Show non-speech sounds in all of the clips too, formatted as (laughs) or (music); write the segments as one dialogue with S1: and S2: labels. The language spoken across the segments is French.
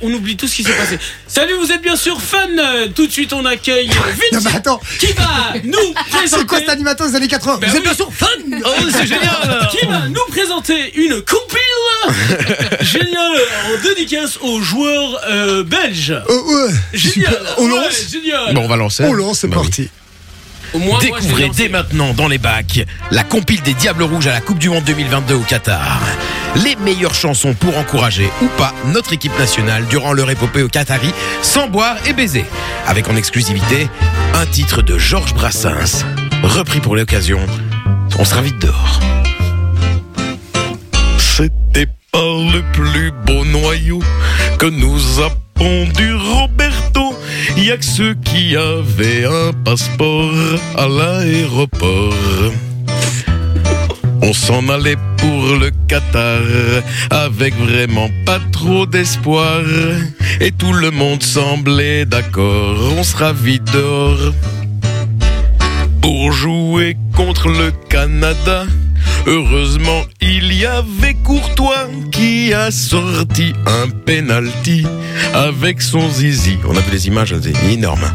S1: On oublie tout ce qui s'est passé. Salut, vous êtes bien sûr fun. Euh, Tout de suite, on accueille
S2: Non
S1: Vinci
S2: mais attends,
S1: qui va nous présenter.
S2: c'est quoi cet animateur des années 80
S1: Ben
S2: Vous êtes
S1: oui.
S2: bien sûr fun
S1: Oh,
S2: (laughs)
S1: c'est génial. qui va nous présenter une compile
S2: (laughs)
S1: géniale en dédicace aux joueurs euh, belges.
S2: Euh, ouais.
S1: Génial.
S2: Super. On
S1: Ouais,
S2: lance
S1: Génial.
S3: Bon, on va lancer.
S2: On lance, Oh c'est
S3: Bah oui.
S2: parti.
S1: Au moins, moi, je l'ai
S3: Découvrez
S1: lancé.
S3: dès maintenant dans les bacs la compile des Diables Rouges à la Coupe du Monde 2022 au Qatar. Les meilleures chansons pour encourager ou pas notre équipe nationale durant leur épopée au Qatari sans boire et baiser. Avec en exclusivité un titre de Georges Brassens, repris pour l'occasion. On sera vite dehors. C'était pas le plus beau noyau que nous a pondu Roberto. Y a que ceux qui avaient un passeport à l'aéroport. On s'en allait pour le Qatar avec vraiment pas trop d'espoir. Et tout le monde semblait d'accord, on sera vite dehors. Pour jouer contre le Canada, heureusement il y avait Courtois qui a sorti un penalty avec son zizi. On a vu les images, elles étaient énormes.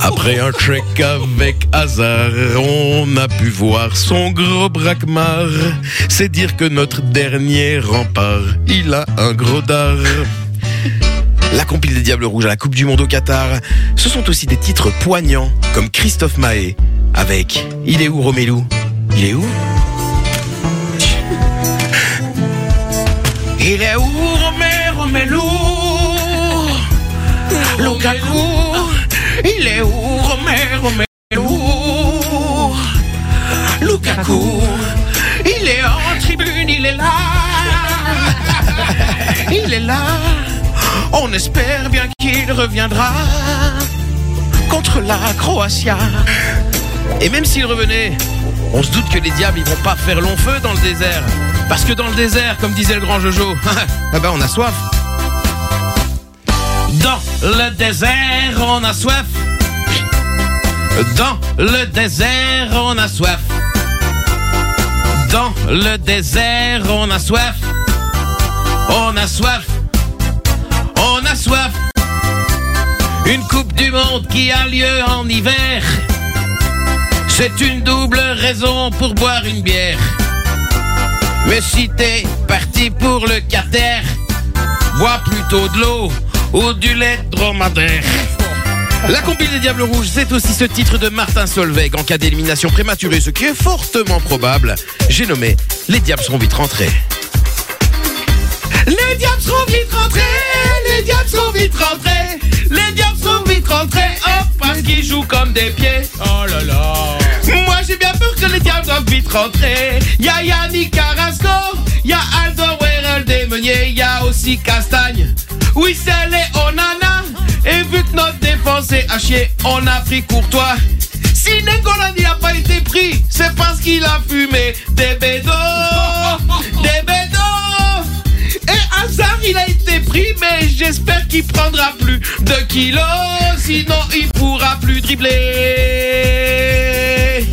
S3: Après un check avec hasard, on a pu voir son gros braquemar. C'est dire que notre dernier rempart, il a un gros dard. La compile des Diables Rouges à la Coupe du Monde au Qatar, ce sont aussi des titres poignants comme Christophe Mahé avec Il est où Romélou Il est où Il est où Romé, Romélou Lukaku Il est où Romé, Romélou Lukaku Il est en tribune, il est là (laughs) il est là, on espère bien qu'il reviendra contre la Croatia. Et même s'il revenait, on se doute que les diables ils vont pas faire long feu dans le désert. Parce que dans le désert, comme disait le grand Jojo, (laughs) ah ben on a soif. Dans le désert, on a soif. Dans le désert, on a soif. Dans le désert, on a soif. On a soif, on a soif. Une Coupe du Monde qui a lieu en hiver. C'est une double raison pour boire une bière. Mais si t'es parti pour le Qatar, bois plutôt de l'eau ou du lait de dromadaire. La compil des Diables Rouges, c'est aussi ce titre de Martin Solveig en cas d'élimination prématurée, ce qui est fortement probable. J'ai nommé Les Diables seront vite rentrés. Les diables seront vite rentrés, les diables seront vite rentrés, les diables seront vite rentrés, hop, parce qu'ils jouent comme des pieds.
S1: Oh là là.
S3: Moi j'ai bien peur que les diables doivent vite rentrer. Y'a Yannick Carrasco, y'a Aldo Werel des Meuniers, y'a aussi Castagne. Oui, c'est les Onana. Et vu que notre défense est à chier, on a pris Courtois. Si N'Golani n'a pas été pris, c'est parce qu'il a fumé des bédos.
S1: (laughs)
S3: Des bédos. Et hasard, il a été pris, mais j'espère qu'il prendra plus de kilos. Sinon, il pourra plus dribbler.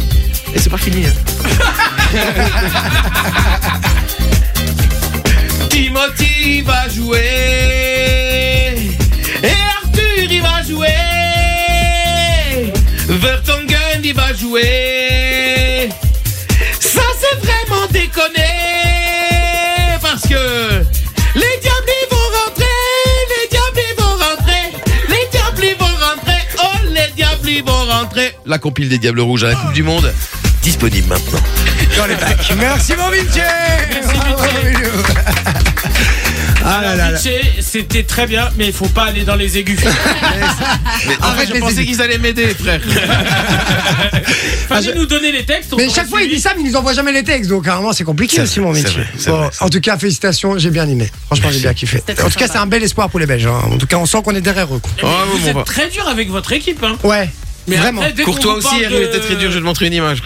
S3: Et c'est pas fini. hein. (laughs) Timothy va jouer. Et Arthur, il va jouer. Vertonghen, il va jouer. Ça, c'est vraiment déconné. Parce que les diables, ils vont rentrer. Les diables, ils vont rentrer. Les diables, ils vont rentrer. Oh, les diables, ils vont rentrer. La compile des Diables Rouges à la Coupe du Monde, disponible maintenant.
S2: Dans les bacs. Merci mon Vinci Bravo, Vinci. Ah là là Ah, là.
S1: Vinci, C'était très bien, mais il faut pas aller dans les aigus.
S2: Arrête les aigus.
S3: qu'ils allaient m'aider, frère.
S1: Fallait nous donner les textes. on
S2: Mais
S1: aurait
S2: chaque fois il
S1: suivi.
S2: dit ça mais il nous envoie jamais les textes donc carrément c'est compliqué
S3: C'est
S2: aussi
S3: vrai,
S2: mon
S3: c'est
S2: Vinci.
S3: vrai, c'est vrai, c'est
S2: en tout cas félicitations, j'ai bien aimé. Franchement j'ai bien kiffé.
S4: C'était très
S2: En tout cas c'est
S4: sympa.
S2: un bel espoir pour les Belges. hein. En tout cas on sent qu'on est derrière eux. quoi.
S1: Mais
S3: Ah,
S1: vous
S3: bon,
S1: êtes
S3: bon, bah.
S1: très dur avec votre équipe. Hein.
S2: Ouais.
S1: Mais
S2: Vraiment.
S1: après, dès qu'on
S3: Courtois
S1: vous
S3: aussi,
S1: parle
S3: il
S1: de-
S3: était très dur, je vais te montrer une image.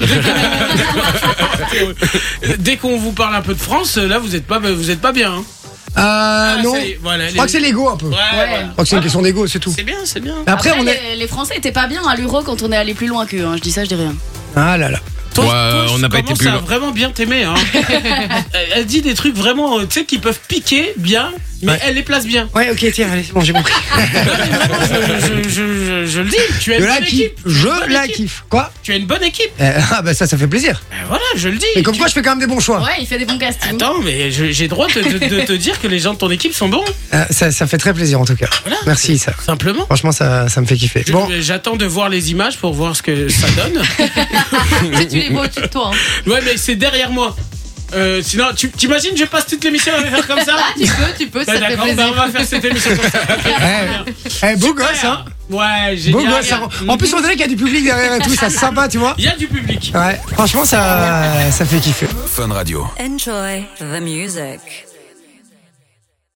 S1: Dès qu'on vous parle un peu de France, là vous êtes pas, vous êtes pas bien. hein.
S2: Euh,
S1: Ah,
S2: non.
S1: ça y est, voilà,
S2: Je
S1: les-
S2: crois que c'est l'ego un peu.
S1: Ouais,
S2: Je
S1: voilà.
S2: crois que c'est une question d'ego c'est tout.
S1: C'est bien, c'est bien.
S2: Mais Après, on
S4: les,
S2: est.
S4: les Français étaient pas bien à l'Euro quand on est allé plus loin qu'eux. hein. Je dis ça, je dis rien.
S2: Ah là là.
S1: Toi,
S3: Ouais,
S1: toi,
S3: on
S1: je
S3: n'a pas été
S1: commence
S3: plus
S1: à
S3: loin.
S1: vraiment bien t'aimer. Hein. Elle- Elle dit des trucs vraiment, euh, tu sais, qui peuvent piquer bien. mais
S2: Ouais.
S1: elle les place bien.
S2: Ouais, ok, tiens, allez, c'est bon, j'ai compris.
S1: je, je- je- je le dis, tu as
S2: Je
S1: une
S2: la
S1: bonne
S2: kiffe.
S1: équipe.
S2: Je
S1: Bonne
S2: la
S1: équipe.
S2: kiffe. Quoi
S1: Tu as une bonne équipe.
S2: Euh, (laughs) Ah, bah ça, ça fait plaisir.
S1: Ben voilà, je le dis.
S2: Et comme
S1: Tu-
S2: quoi, je fais quand même des bons choix.
S4: Ouais, il fait des bons castings.
S1: Attends, mais je- j'ai droit de, de- de te dire que les gens de ton équipe sont bons,
S2: Euh, ça, ça fait très plaisir en tout cas.
S1: Voilà.
S2: Merci, ça.
S1: simplement.
S2: Franchement, ça, ça me fait kiffer.
S1: Je-
S2: Bon,
S1: J'attends de voir les images pour voir ce que ça donne.
S4: Tu sais, tu les vois au-dessus de toi. hein.
S1: Ouais, mais c'est derrière moi. Euh, sinon, tu t'imagines, je passe toute l'émission à me faire comme ça
S4: (laughs) Ah, tu peux, tu peux, ça
S1: Bah,
S4: te fait
S1: D'accord, bah, on
S4: plaisir.
S1: va faire cette émission comme ça.
S2: eh, eh, beau gosse, hein
S1: Ouais,
S2: Beau
S1: génial.
S2: gosse. ça rend- En plus, on dirait qu'il y a du public derrière et tout, ça c'est sympa, tu vois
S1: il y a du public.
S2: Ouais, franchement, ça, ça fait kiffer.
S5: Enjoy the music.